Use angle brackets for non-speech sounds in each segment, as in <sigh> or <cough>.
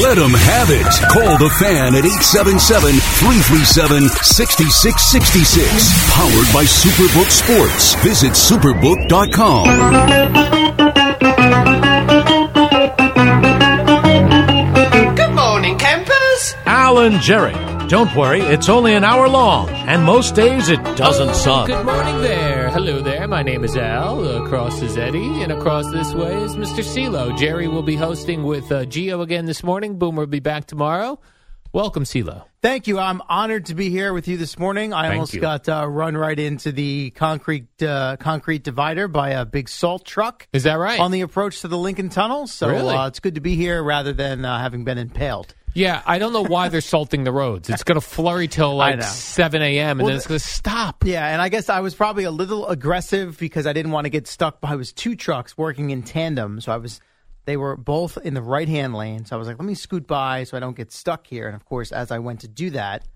Let them have it. Call the fan at 877 337 6666. Powered by Superbook Sports. Visit superbook.com. Good morning, campers. Alan Jerry. Don't worry, it's only an hour long, and most days it doesn't Oh, suck. Good morning there. Hello there. My name is Al. Across is Eddie, and across this way is Mr. CeeLo. Jerry will be hosting with uh, Geo again this morning. Boomer will be back tomorrow. Welcome, CeeLo. Thank you. I'm honored to be here with you this morning. I Thank almost you. got uh, run right into the concrete uh, concrete divider by a big salt truck Is that right? on the approach to the Lincoln Tunnel. So Really? uh, it's good to be here rather than uh, having been impaled. yeah, I don't know why they're salting the roads. It's going to flurry till <laughs> I like know. 7 a.m., and then it's going to stop. Yeah, and I guess I was probably a little aggressive because I didn't want to get stuck. I was two trucks working in tandem, so I was they were both in the right hand lane. So I was like, let me scoot by so I don't get stuck here. And of course, as I went to do that,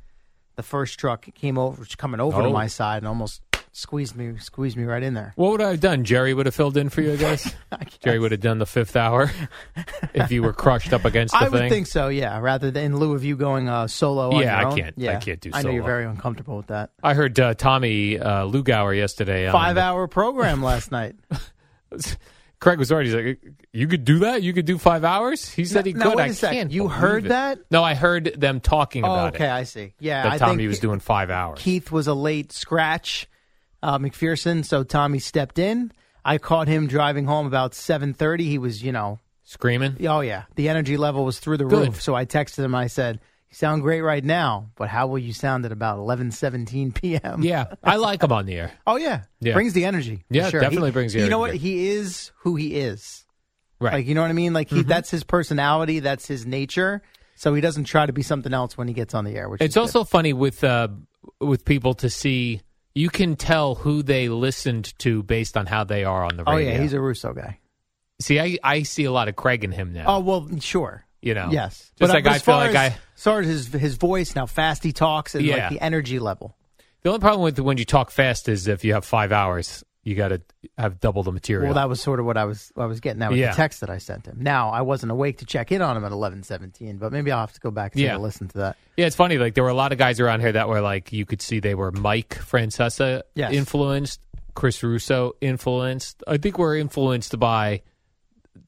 the first truck came over, was coming over Oh. to my side and almost squeezed me, squeezed me right in there. <laughs> What would I have done? Jerry would have filled in for you, I guess. Jerry would have done the fifth hour if you were crushed up against the I thing. would think so, yeah. Rather than in lieu of you going uh, solo. on Yeah, your I own. can't- I can't do I know you're solo. very uncomfortable with that. I heard uh, Tommy uh, Lugauer yesterday. on- Five hour program last night. Craig was already like, "You could do that. You could do five hours." He said he Now- now could. wait I a sec. can't. You believe heard it. that? No, I heard them talking <laughs> Oh, about okay, it. I see. Yeah, That I Tommy think was doing five hours. Keith was a late scratch, uh, McPherson. So Tommy stepped in. I caught him driving home about seven thirty. He was, you know, Screaming. oh yeah, the energy level was through the Good. roof. So I texted him. I said, "You sound great right now, but how will you sound at about eleven seventeen p.m.?" Yeah, I like him on the air. Oh yeah, Yeah. brings the energy. for Yeah, sure. definitely He- brings the You know what? energy. He is who he is. Right. Mm-hmm. Like you know what I mean? Like he, that's his personality. That's his nature. So he doesn't try to be something else when he gets on the air. Which it's is also funny with uh, with people to see. You can tell who they listened to based on how they are on the good. oh radio. yeah, he's a Russo guy. see, I, I see a lot of Craig in him now. Oh well, sure. you know, Yes, Just like I as feel far like as, I. as far as his his voice now, fast he talks and Yeah. like the energy level. The only problem with when you talk fast is if you have five hours, you got to have double the material. Well, that was sort of what I was I was getting at with Yeah. the text that I sent him. Now I wasn't awake to check in on him at eleven seventeen, but maybe I'll have to go back and take Yeah. a listen to that. Yeah, it's funny. Like there were a lot of guys around here that were like you could see they were Mike Francesa Yes. influenced, Chris Russo influenced. I think we're influenced by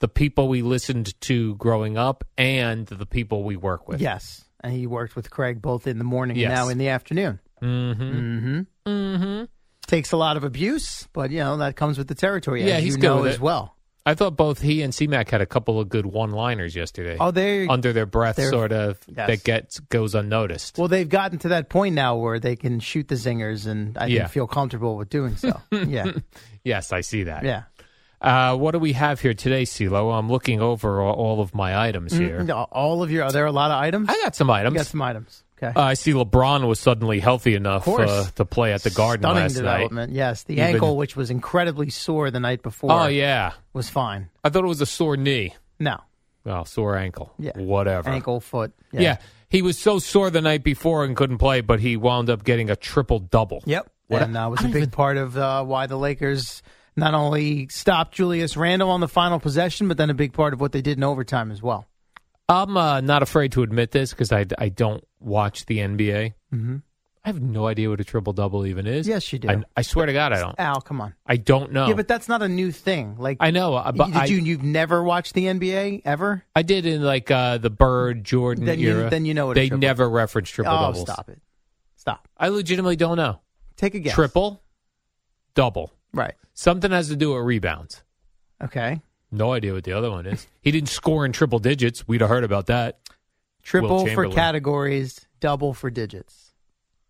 the people we listened to growing up and the people we work with. Yes, and he worked with Craig both in the morning Yes. and now in the afternoon. Mm-hmm. Takes a lot of abuse, but you know that comes with the territory. Yeah, as he's you good know with as it. well. I thought both he and CMAC had a couple of good one-liners yesterday. Oh, they under their breath, they're- sort of Yes. that gets goes unnoticed. well, they've gotten to that point now where they can shoot the zingers, and I Yeah. think feel comfortable with <laughs> doing so. yeah, yes, I see that. yeah. Uh, what do we have here today, CeeLo? I'm looking over all- all of my items here. Mm, No, all of your are there a lot of items? I got some items. You got some items. Okay. Uh, I see LeBron was suddenly healthy enough course. uh, to play at the Garden Stunning last night. development. Yes, the You've been- ankle, which was incredibly sore the night before, Oh yeah, was fine. I thought it was a sore knee. No, Oh, sore ankle. Yeah. whatever. ankle, foot. Yeah. he was so sore the night before and couldn't play, but he wound up getting a triple double. Yep. What and that was a big part of uh, why the Lakers not only stopped Julius Randle on the final possession, but then a big part of what they did in overtime as well. I'm uh, not afraid to admit this because I, I don't watch the NBA. Mm-hmm. I have no idea what a triple double even is. Yes, you do. I, I swear to God, I don't. Al, come on. I don't know. Yeah, but that's not a new thing. Like Oh. I know. Uh, but did I, you you've never watched the NBA ever? I did in like uh, the Bird Jordan Then you- era. then you know what a they triple- never referenced triple oh, doubles. stop it. Stop. I legitimately don't know. Take a guess. Triple, double. Right. Something has to do with rebounds. Okay. No idea what the other one is. He didn't score in triple digits. We'd have heard about that. Triple for Chamberlain. categories, double for digits.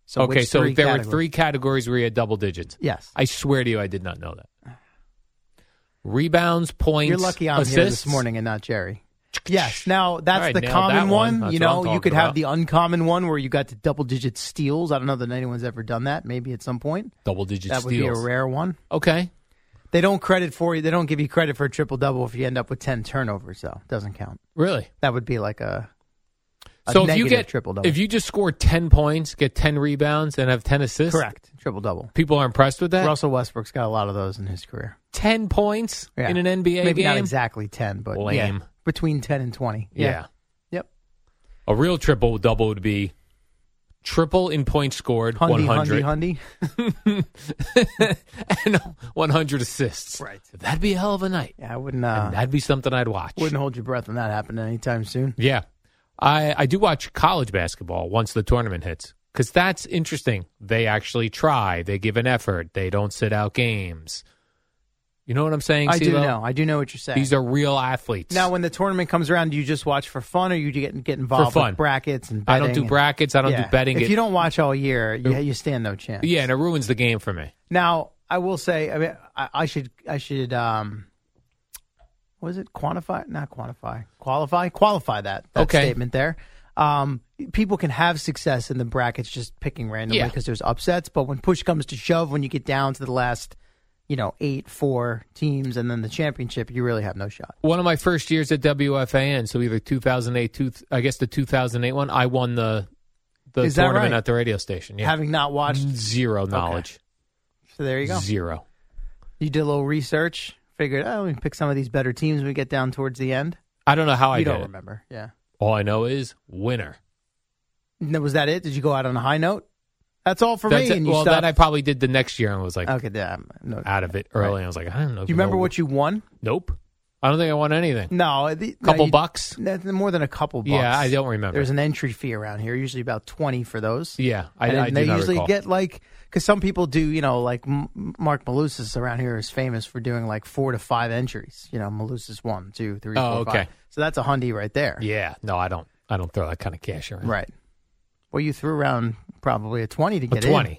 So okay, which so three there were categories? three categories where he had double digits. Yes. I swear to you, I did not know that. Rebounds, points, You're lucky I'm assists. here this morning and not Jerry. Yes. Now that's All right, the nailed common that one. one. That's You what I'm know, you could talking have about. the uncommon one where you got the double digit steals. I don't know that anyone's ever done that. Maybe at some point Double digit that would be a steals. rare one. okay. They don't credit for you. They don't give you credit for a triple double if you end up with ten turnovers. So it doesn't count. Really? That would be like a, a So if you negative get triple-double. if you just score ten points, get ten rebounds, and have ten assists, correct triple double. People are impressed with that. Russell Westbrook's got a lot of those in his career. ten points Yeah. in an NBA Maybe game. not exactly ten, but yeah, Lame. between ten and twenty. Yeah. Yep. A real triple double would be triple in points scored, Hundy, 100, hundy, hundy. <laughs> and 100 assists. Right. That'd be a hell of a night. Yeah, I wouldn't. Uh, and that'd be something I'd watch. Wouldn't hold your breath on that happening anytime soon. Yeah. I, I do watch college basketball once the tournament hits because that's interesting. They actually try, they give an effort, they don't sit out games. You know what I'm saying? I do CeeLo? know. I do know what you're saying. These are real athletes. now, when the tournament comes around, do you just watch for fun, or you get get involved fun. with brackets I and betting? don't do and- brackets, I don't Yeah. do betting. If It- you don't watch all year, yeah, you stand no chance. yeah, and it ruins the game for me. Now, I will say, I mean, I, I should, I should, um, was it quantify? Not quantify, qualify, qualify that, that Okay. statement there. Um, people can have success in the brackets just picking randomly Yeah. because there's upsets, but when push comes to shove, when you get down to the last, you know, eight, four teams, and then the championship, you really have no shot. one of my first years at WFAN, so either 2008, two, I guess the 2008 one, I won the the Is that tournament right? at the radio station. Yeah. Having not watched, zero knowledge. so there you go. Zero. You did a little research, figured, oh, let me pick some of these better teams when we get down towards the end. I don't know how I you did don't it. remember, yeah. All I know is winner. No, Was that it? Did you go out on a high note? That's all for That's me. it. And you Well, stopped. that I probably did the next year and was like okay, yeah, I'm- no. out of it early. I was like, I don't know. Do you remember what you won? Nope. I don't think I won anything. No, the, Couple no, you- bucks. no, more than a couple bucks. Yeah, I don't remember. There's an entry fee around here, usually about twenty for those. yeah, I, and I do they not usually recall. get like because some people do, you know, like M- M- Mark Malusis around here is famous for doing like four to five entries. You know, Malusis one, two, three, Oh, four, five. okay. So that's a hundy right there. Yeah, no, I don't. I don't throw that kind of cash around. Right. Well, you threw around probably a twenty to But get twenty. in,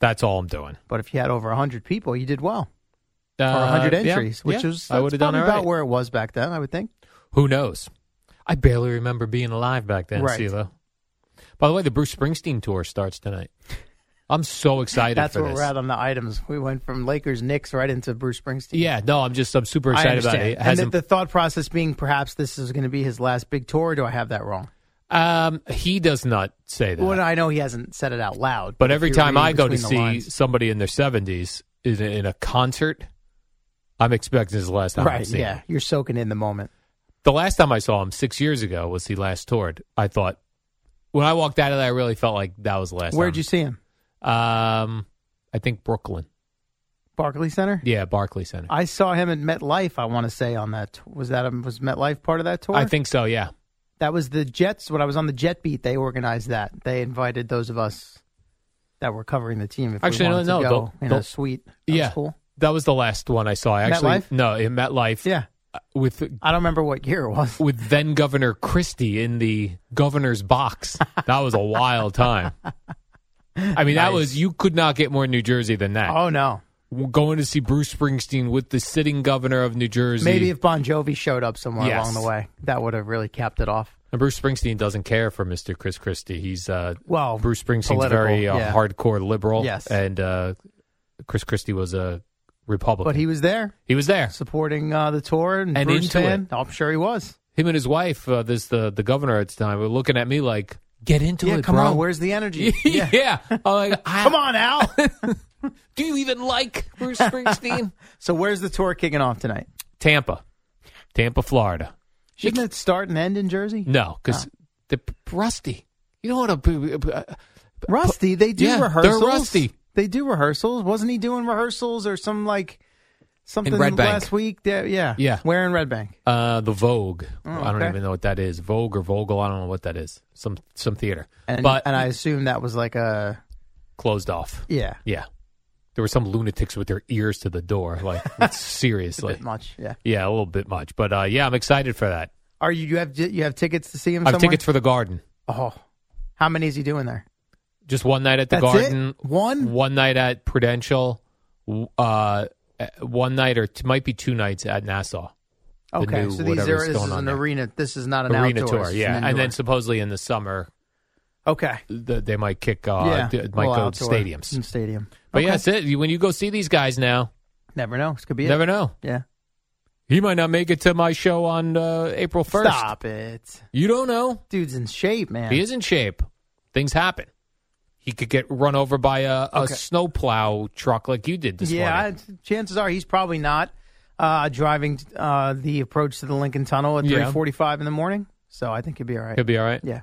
That's all I'm doing. but if you had over hundred people, you did well. Uh, or 100 yeah, entries, which yeah, was I would have done probably all right. about where it was back then, I would think. Who knows? I barely remember being alive back then, Right. CeeLo. By the way, the Bruce Springsteen tour starts tonight. I'm so <laughs> excited That's for where this. we're at on the items. We went from Lakers, Knicks, right into Bruce Springsteen. Yeah, no, I'm just I'm super I excited about understand. it. It and the, hasn't- the thought process being perhaps this is going to be his last big tour. Or do I have that wrong? um, he does not say that. Well, I know he hasn't said it out loud. but every if you're time I reading go to between the see lines- somebody in their 70s in, in a concert, I'm expecting his last time. I've right? seen Yeah, him. you're soaking in the moment. The last time I saw him six years ago was he last toured. I thought when I walked out of there, I really felt like that was the last. Where'd time. you see him? Um, I think Brooklyn. Barclay Center. Yeah, Barclay Center. I saw him at MetLife. I want to say on that was that was MetLife part of that tour? I think so. Yeah. That was the Jets. When I was on the Jet beat, they organized that. They invited those of us that were covering the team. If Actually, we no, wanted no, to go the- in a the- suite. That was yeah. cool. That was the last one I saw. I actually MetLife? no, in MetLife. Yeah, With I don't remember what year <laughs> it was. with then Governor Christie in the governor's box. That was a wild time. I mean, that Nice. was you could not get more New Jersey than that. Oh no, Going to see Bruce Springsteen with the sitting governor of New Jersey. maybe if Bon Jovi showed up somewhere Yes. along the way, that would have really capped it off. And Bruce Springsteen doesn't care for Mr. Chris Christie. He's uh, Well, Bruce Springsteen's political, very uh, yeah. hardcore liberal. Yes. and uh, Chris Christie was a Republican. But he was there he was there. supporting uh, the tour and, And Bruce into fan. I'm sure he was. him and his wife, uh, this the the governor at the time, were looking at me like, "Get into yeah, it, come bro." <laughs> on. Where's the energy? yeah. I'm <laughs> like, I- Come on, Al. <laughs> Do you even like Bruce <laughs> Springsteen? so where's the tour kicking off tonight? Tampa, Tampa, Florida. Shouldn't it start and end in Jersey? No, because Ah. the rusty. You don't want to. Rusty, they do Yeah, they're rehearsals. rusty. They do rehearsals. Wasn't he doing rehearsals or some like something Red Bank. last week? That, yeah, Yeah. Where in Red Bank? Uh, the Vogue. I don't Oh, okay. even know what that is. Vogue or Vogel. I don't know what that is. Some some theater, And but and I assume that was like a closed off. yeah. Yeah, there were some lunatics with their ears to the door. <laughs> Like it's seriously, Bit much. Yeah. yeah, a little bit much. But uh, yeah, I'm excited for that. Are you? You have you have tickets to see him? I have Mm-hmm. somewhere? tickets for the Garden. Oh, how many is he doing there? Just one night at the That's it? Garden. One? One night at Prudential. w- Uh, uh, one night or t- might be two nights at Nassau. The Okay, new so these whatever's are this going is on an there. arena. This is not an Arena outdoors, tour, it's yeah, an and then indoor. supposedly in the summer okay, th- they might kick. Uh, yeah, th- might go well, to outdoor stadiums. in stadium. But Okay. yeah, that's it. You- When you go see these guys now, never know. This could be you it. never know. Yeah, He might not make it to my show on uh, April first. stop it. You don't know. Dude's in shape, man. He is in shape. Things happen. He could get run over by a, a Okay. snowplow truck like you did this yeah, morning. I- chances are he's probably not uh, driving uh, the approach to the Lincoln Tunnel at Yeah. three forty-five in the morning. So I think he'll be all right. He'll be all right. yeah.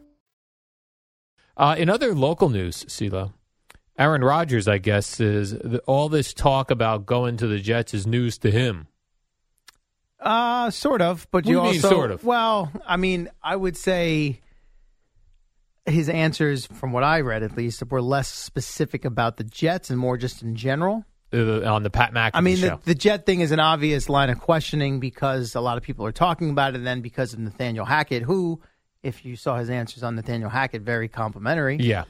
Uh, in other local news, CeeLo, Aaron Rodgers, I guess, is the, all this talk about going to the Jets is news to him. Uh, sort of, but What you do you mean, also sort of? Well, I mean, I would say his answers, from what I read at least, were less specific about the Jets and more just in general. Uh, on the Pat McAfee I mean, show. the, the Jet thing is an obvious line of questioning because a lot of people are talking about it, and then because of Nathaniel Hackett, who, if you saw his answers on Nathaniel Hackett, very complimentary. yeah.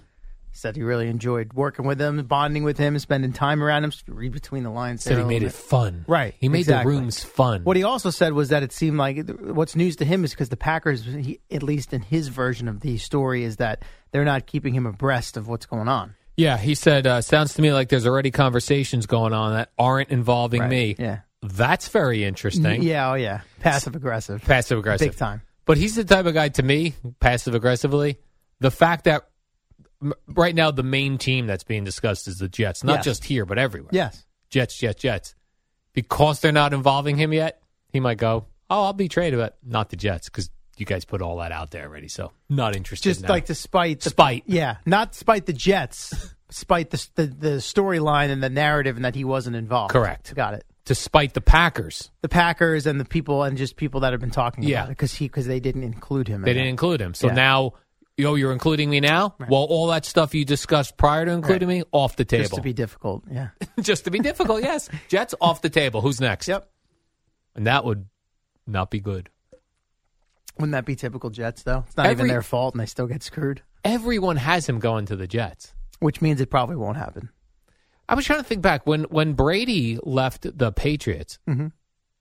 Said he really enjoyed working with him, bonding with him, spending time around him. Read between the lines. Said there he a made little it bit. fun. Right, He made exactly. the rooms fun. What he also said was that it seemed like what's news to him is because the Packers, he, at least in his version of the story, is that they're not keeping him abreast of what's going on. yeah, he said, uh, sounds to me like there's already conversations going on that aren't involving Right, me. Yeah. That's very interesting. Yeah. Oh, yeah. Passive aggressive. Passive aggressive. Big time. But he's the type of guy to me, passive aggressively, the fact that m- right now the main team that's being discussed is the Jets, not Yes. just here but everywhere. Yes. Jets, Jets, Jets. Because they're not involving him yet, he might go, "Oh, I'll be traded, but not the Jets because you guys put all that out there already." So not interested. Just now. like despite the Spite. Yeah. Not spite the Jets, spite the, the, the storyline and the narrative and that he wasn't involved. Correct. Got it. despite the Packers, The Packers and the people and just people that have been talking Yeah. about it because he because they didn't include him. they in didn't it. include him. So Yeah. now. Yo, you're including me now. Well, all that stuff you discussed prior to including me off the table. just to be difficult. Yeah. <laughs> just to be difficult. Yes, Jets off the table. Who's next? Yep. and that would not be good. Wouldn't that be typical Jets though? It's not even Every- their fault and they still get screwed. Everyone has him going to the Jets. Which means it probably won't happen. I was trying to think back when when Brady left the Patriots. Mm-hmm.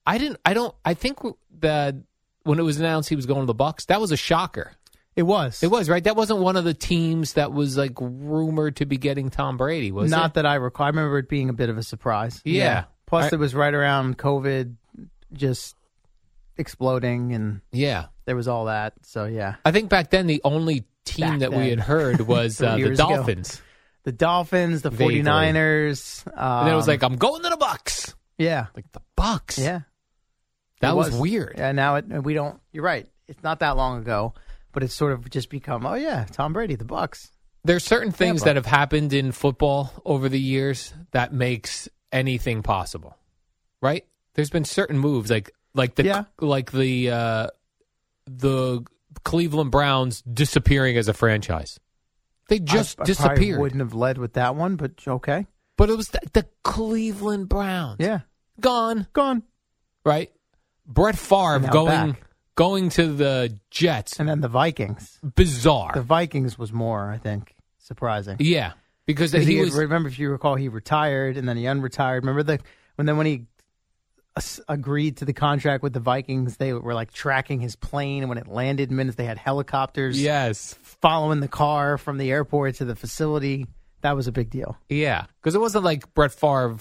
I didn't. I don't. I think that when it was announced he was going to the Bucks, that was a shocker. It was. It was right. That wasn't one of the teams that was like rumored to be getting Tom Brady. Was not it? that I recall. I remember it being a bit of a surprise. Yeah. Plus, I- it was right around COVID, just exploding, and yeah. there was all that. So yeah, I think back then the only team Back that then. we had heard was <laughs> Three uh, the years ago. Dolphins, the Dolphins, the Vaguely. 49ers. Um, and then it was like I'm going to the Bucks. yeah, Like the Bucks. yeah. that It was. weird. Yeah. Now it, we don't. You're right. It's not that long ago, but it's sort of just become. Oh yeah, Tom Brady, the Bucks. There's certain things but- that have happened in football over the years that makes anything possible, right? There's been certain moves like like the Yeah. like the uh, the Cleveland Browns disappearing as a franchise. They just I, I probably disappeared. Wouldn't have led with that one, but okay. But it was the, the Cleveland Browns. Yeah, gone, gone. right? Brett Favre And now going back. going to the Jets. And then the Vikings. Bizarre. The Vikings was more, I think, surprising. yeah, because Because he, he, was remember if you recall, he retired and then he unretired. Remember the when then when he as- agreed to the contract with the Vikings, they were like tracking his plane and when it landed. Minutes they had helicopters yes. following the car from the airport to the facility. That was a big deal. Yeah, because it wasn't like Brett Favre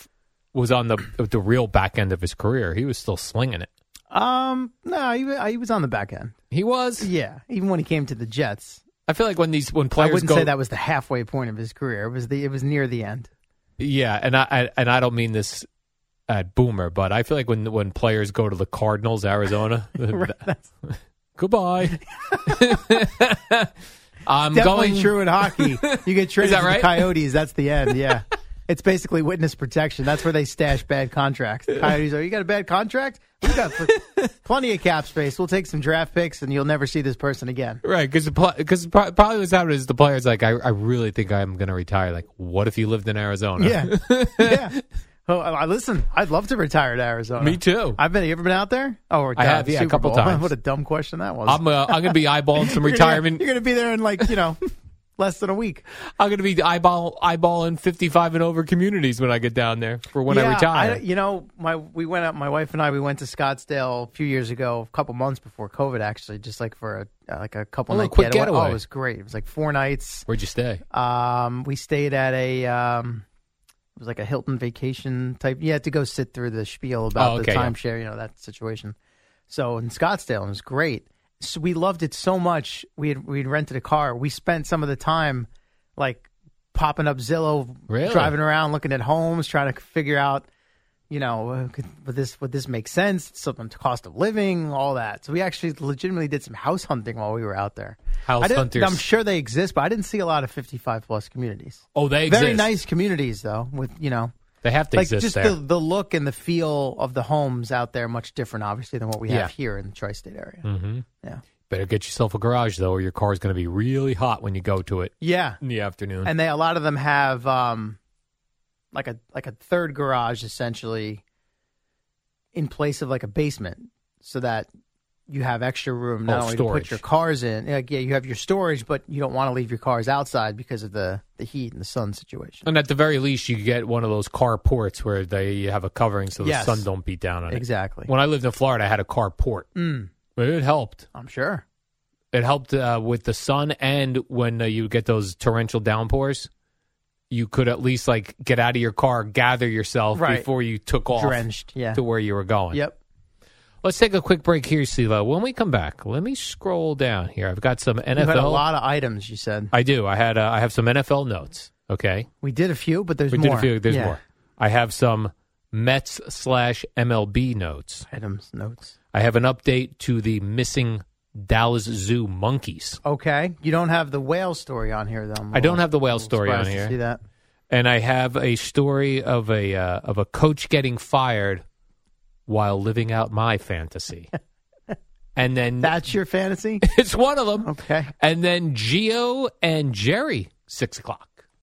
was on the the real back end of his career. He was still slinging it. Um, no, he, wa- he was on the back end. He was. Yeah, even when he came to the Jets, I feel like when these when I players wouldn't go, say that was the halfway point of his career. It was the it was near the end. Yeah, and I, I and I don't mean this at Boomer, but I feel like when when players go to the Cardinals, <laughs> Arizona, <laughs> goodbye. I'm Definitely going true in hockey. <laughs> <laughs> You get traded that to the right? Coyotes. That's the end. <laughs> Yeah. it's basically witness protection. That's where they stash bad contracts. The Coyotes are, you got a bad contract? We've got pl- <laughs> plenty of cap space. We'll take some draft picks and you'll never see this person <laughs> again. right because because probably what's happening is the players like I, I really think I'm going to retire. Like, what if you lived in Arizona? Yeah. yeah. Oh, I, I- listen, I'd love to retire to Arizona. Me too. I've been, you ever been out there? Oh, or I have, God, yeah, a Super couple Bowl. <laughs> times. What a dumb question that was. <laughs> I'm uh, I'm going to be eyeballing <laughs> some You're gonna- retirement. You're going to be there in like, <laughs> you know, less than a week. I'm going to be eyeball eyeballing 55 and over communities when I get down there for when I Yeah, retire. you know, my we went up. My wife and I we went to Scottsdale a few years ago, a couple months before COVID, actually, just like for a uh, like a A couple little night quick Oh, getaway. it was great. It was like four nights. Where'd you stay? Um, we stayed at a um, it was like a Hilton vacation type. You had to go sit through the spiel about Oh, okay, the yeah. timeshare, you know that situation. So in Scottsdale, it was great. So we loved it so much. We had we had rented a car. We spent some of the time like popping up Zillow, Really? driving around, looking at homes, trying to figure out. You know, uh, could, would this would this make sense? Something to cost of living, all that. So we actually legitimately did some house hunting while we were out there. House I didn't- hunters. I'm sure they exist, but I didn't see a lot of 55 plus communities. Oh, they exist. Very nice communities, though. With you know, They have to like exist just there. the the look and the feel of the homes out there much different, obviously, than what we Yeah. Mm-hmm. have here in the tri-state area. Yeah, Better get yourself a garage though, or your car's going to be really hot when you go to it yeah. in the afternoon. And they a lot of them have um, like a like a third garage essentially in place of like a basement, so that you have extra room not Oh, only to storage. put your cars in. Like, yeah, you have your storage, but you don't want to leave your cars outside because of the the heat and the sun situation. And at the very least, you get one of those carports where they have a covering so the Yes. sun don't beat down on it. Exactly. When I lived in Florida, I had a carport. Mm, It helped. I'm sure. It helped uh, with the sun, and when uh, you get those torrential downpours, you could at least like get out of your car, gather yourself Right. before you took off Drenched. Yeah. to where you were going. Yep. Let's take a quick break here, CeeLo. When we come back, let me scroll down here. I've got some NFL. You had a lot of items. You said I do. I had. Uh, I have some NFL notes. Okay, we did a few, but there's we more. did a few. There's Yeah. more. I have some Mets slash MLB notes. items notes. I have an update to the missing Dallas Zoo monkeys, Okay, you don't have the whale story on here though. I'm a I don't little- have the whale little story on surprised to here. See that? and I have a story of a uh, of a coach getting fired while living out my fantasy. and then <laughs> That's your fantasy. it's one of them. Okay. And then Geo and Jerry, six o'clock.